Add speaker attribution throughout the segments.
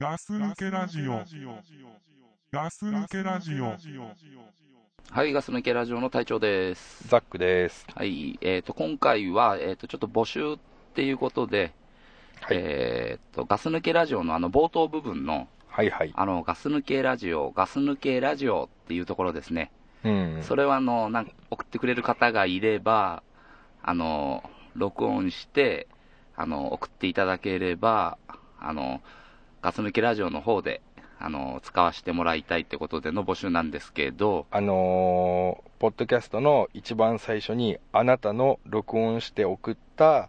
Speaker 1: ガス抜けラジオ。ガス抜けラジオ。
Speaker 2: はい、ガス抜けラジオの隊長です。
Speaker 3: ザックです。
Speaker 2: はい、えっ、と、今回は、えっ、と、ちょっと募集っていうことで、
Speaker 3: はい
Speaker 2: えっ、と、ガス抜けラジオのあの、冒頭部分の、
Speaker 3: はいはい。
Speaker 2: あの、ガス抜けラジオ、ガス抜けラジオっていうところですね。
Speaker 3: うん。
Speaker 2: それは、あの、なんか、送ってくれる方がいれば、あの、録音して、あの、送っていただければ、あの、ガス抜けラジオの方で、あの、使わせてもらいたいってことでの募集なんですけど、
Speaker 3: あのーポッドキャストの一番最初に、あなたの録音して送った、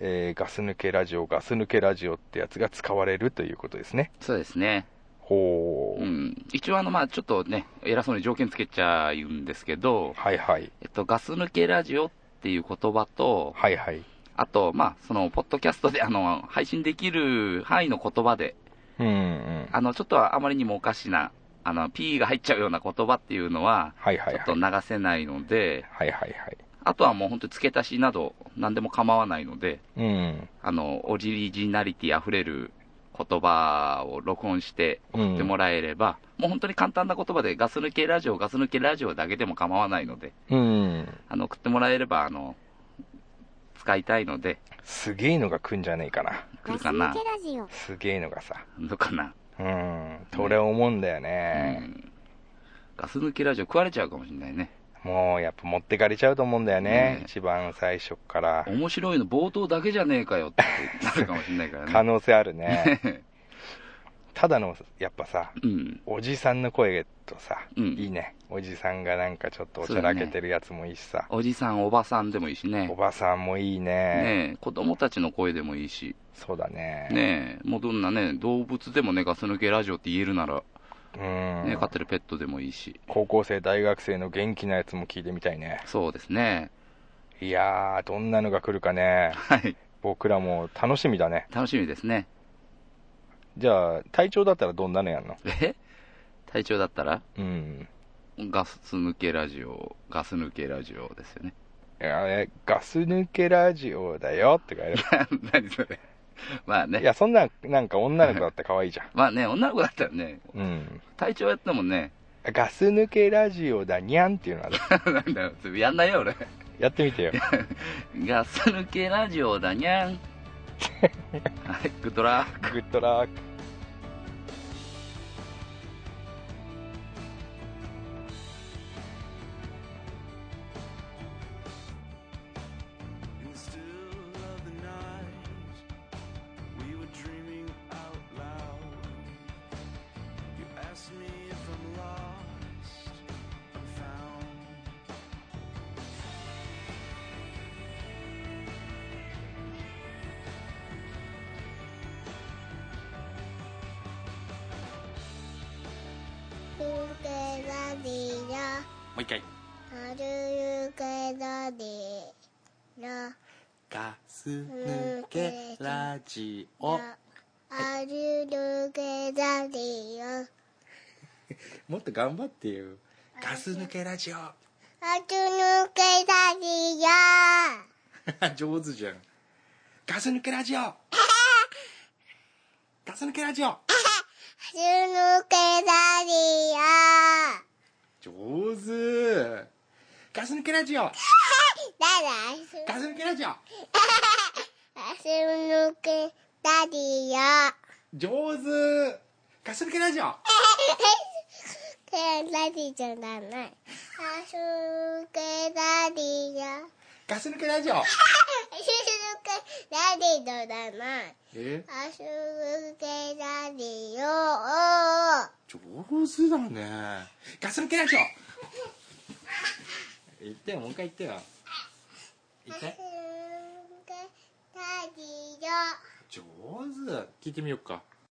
Speaker 3: えーガス抜けラジオ、ガス抜けラジオってやつが使われるということですね。
Speaker 2: そうですね。
Speaker 3: ほー。
Speaker 2: うん、一応あの、まあ、ちょっとね、偉そうに条件つけちゃうんですけど、
Speaker 3: はいはい。
Speaker 2: えっと、ガス抜けラジオっていう言葉と、
Speaker 3: はいはい。
Speaker 2: あと、まあ、その、ポッドキャストで、あの、配信できる範囲の言葉で、
Speaker 3: うんうん。
Speaker 2: あの、ちょっとあまりにもおかしな、あの、P が入っちゃうような言葉っていうのは、
Speaker 3: はいは
Speaker 2: ち
Speaker 3: い
Speaker 2: ょっ
Speaker 3: は
Speaker 2: と
Speaker 3: い。
Speaker 2: 流せないので、
Speaker 3: はいはいはい。
Speaker 2: あとはもう本当付け足しなど、何でも構わないので、
Speaker 3: うん。
Speaker 2: あの、オリジナリティ溢れる言葉を録音して、
Speaker 3: うん
Speaker 2: ってもらえれば、もう本当に簡単な言葉で、ガス抜けラジオ、ガス抜けラジオだけでも構わないので、
Speaker 3: うん。
Speaker 2: あの送ってもらえればあの、使いたいので、
Speaker 3: すげえのが来んじゃねえかな。
Speaker 2: 来るかな
Speaker 4: ガス抜、けラジオ。
Speaker 3: すげえのがさ。
Speaker 2: どうかな、
Speaker 3: うん。それ思うんだよね
Speaker 2: う。んガス抜けラジオ、食われちゃうかもしれないね、
Speaker 3: もうやっぱ持ってかれちゃうと思うんだよね、
Speaker 2: ね
Speaker 3: 一番最初から。
Speaker 2: 面白いの冒頭だけじゃねえかよってなるかもしれないから
Speaker 3: 可
Speaker 2: ね。
Speaker 3: 能性あるね。ただの、やっぱさ、
Speaker 2: うん
Speaker 3: おじさんの声とさ、
Speaker 2: うん
Speaker 3: いいね。おじさんがなんかちょっとおちゃらけてるやつもいいしさ、
Speaker 2: おじさん、おばさんでもいいしね
Speaker 3: お。ばさんもいいね。
Speaker 2: ねえ、子供たちの声でもいいし、
Speaker 3: そうだね。
Speaker 2: ねえ、もうどんなね、動物でもね、ガス抜けラジオって言えるなら、
Speaker 3: うん、
Speaker 2: ね、飼ってるペットでもいいし、
Speaker 3: 高校生、大学生の元気なやつも聞いてみたいね。
Speaker 2: そうですね。
Speaker 3: いやー、どんなのが来るかね。
Speaker 2: はい。
Speaker 3: 僕らも楽しみだね。
Speaker 2: 楽しみですね。
Speaker 3: じゃあ、体調だったらどんなのやんの
Speaker 2: え隊長だったら
Speaker 3: うん。
Speaker 2: ガス抜けラジオ、ガス抜けラジオですよね。
Speaker 3: いやえガス抜けラジオだよって言われる。
Speaker 2: 何それ。まあ
Speaker 3: い
Speaker 2: ね。
Speaker 3: や、そんな、なんか女の子だったら可愛いじゃん。
Speaker 2: まあね、女の子だったらね、
Speaker 3: うん。
Speaker 2: 隊長やってもね、
Speaker 3: ガス抜けラジオだにゃんっていうのは、
Speaker 2: なんだよ、やんないよ俺。
Speaker 3: やってみてよ。
Speaker 2: ガス抜けラジオだにゃ ん。はい、グッドラ。
Speaker 3: グッドラック。
Speaker 5: In the still of the night, we were dreaming out loud. You asked me if I'm lost, I'm found.
Speaker 4: ゆうけラジオ。
Speaker 5: もう一回。
Speaker 4: あるゆうけラジオ。
Speaker 5: ガス抜けラジオ。
Speaker 4: あるゆうけラジオ。
Speaker 5: もっと頑張ってよ。ガス抜けラジオ。
Speaker 4: あるゆうけラジオ。
Speaker 5: 上手じゃん。ガス抜けラ ジオ。ガス抜けラジオ。
Speaker 4: あるゆうけラジオ。
Speaker 5: 上手。ガス抜けラジオ。
Speaker 4: だらす。
Speaker 5: ガス抜けラジオ。
Speaker 4: あるゆうけラジオ。
Speaker 5: 上手ガス抜けラジオ
Speaker 4: けラジオじゃない。あるゆうけラジオ。
Speaker 5: ガス抜けラジオ
Speaker 4: ラジオだな。
Speaker 5: え
Speaker 4: あすぐけラジオ。
Speaker 5: 上手だねガス抜けラジオ言ってよもう一回言ってよ言
Speaker 4: あ
Speaker 5: っ
Speaker 4: すぐ
Speaker 5: て
Speaker 4: けラジ
Speaker 5: 上
Speaker 4: オ。
Speaker 5: 手聞いてみようか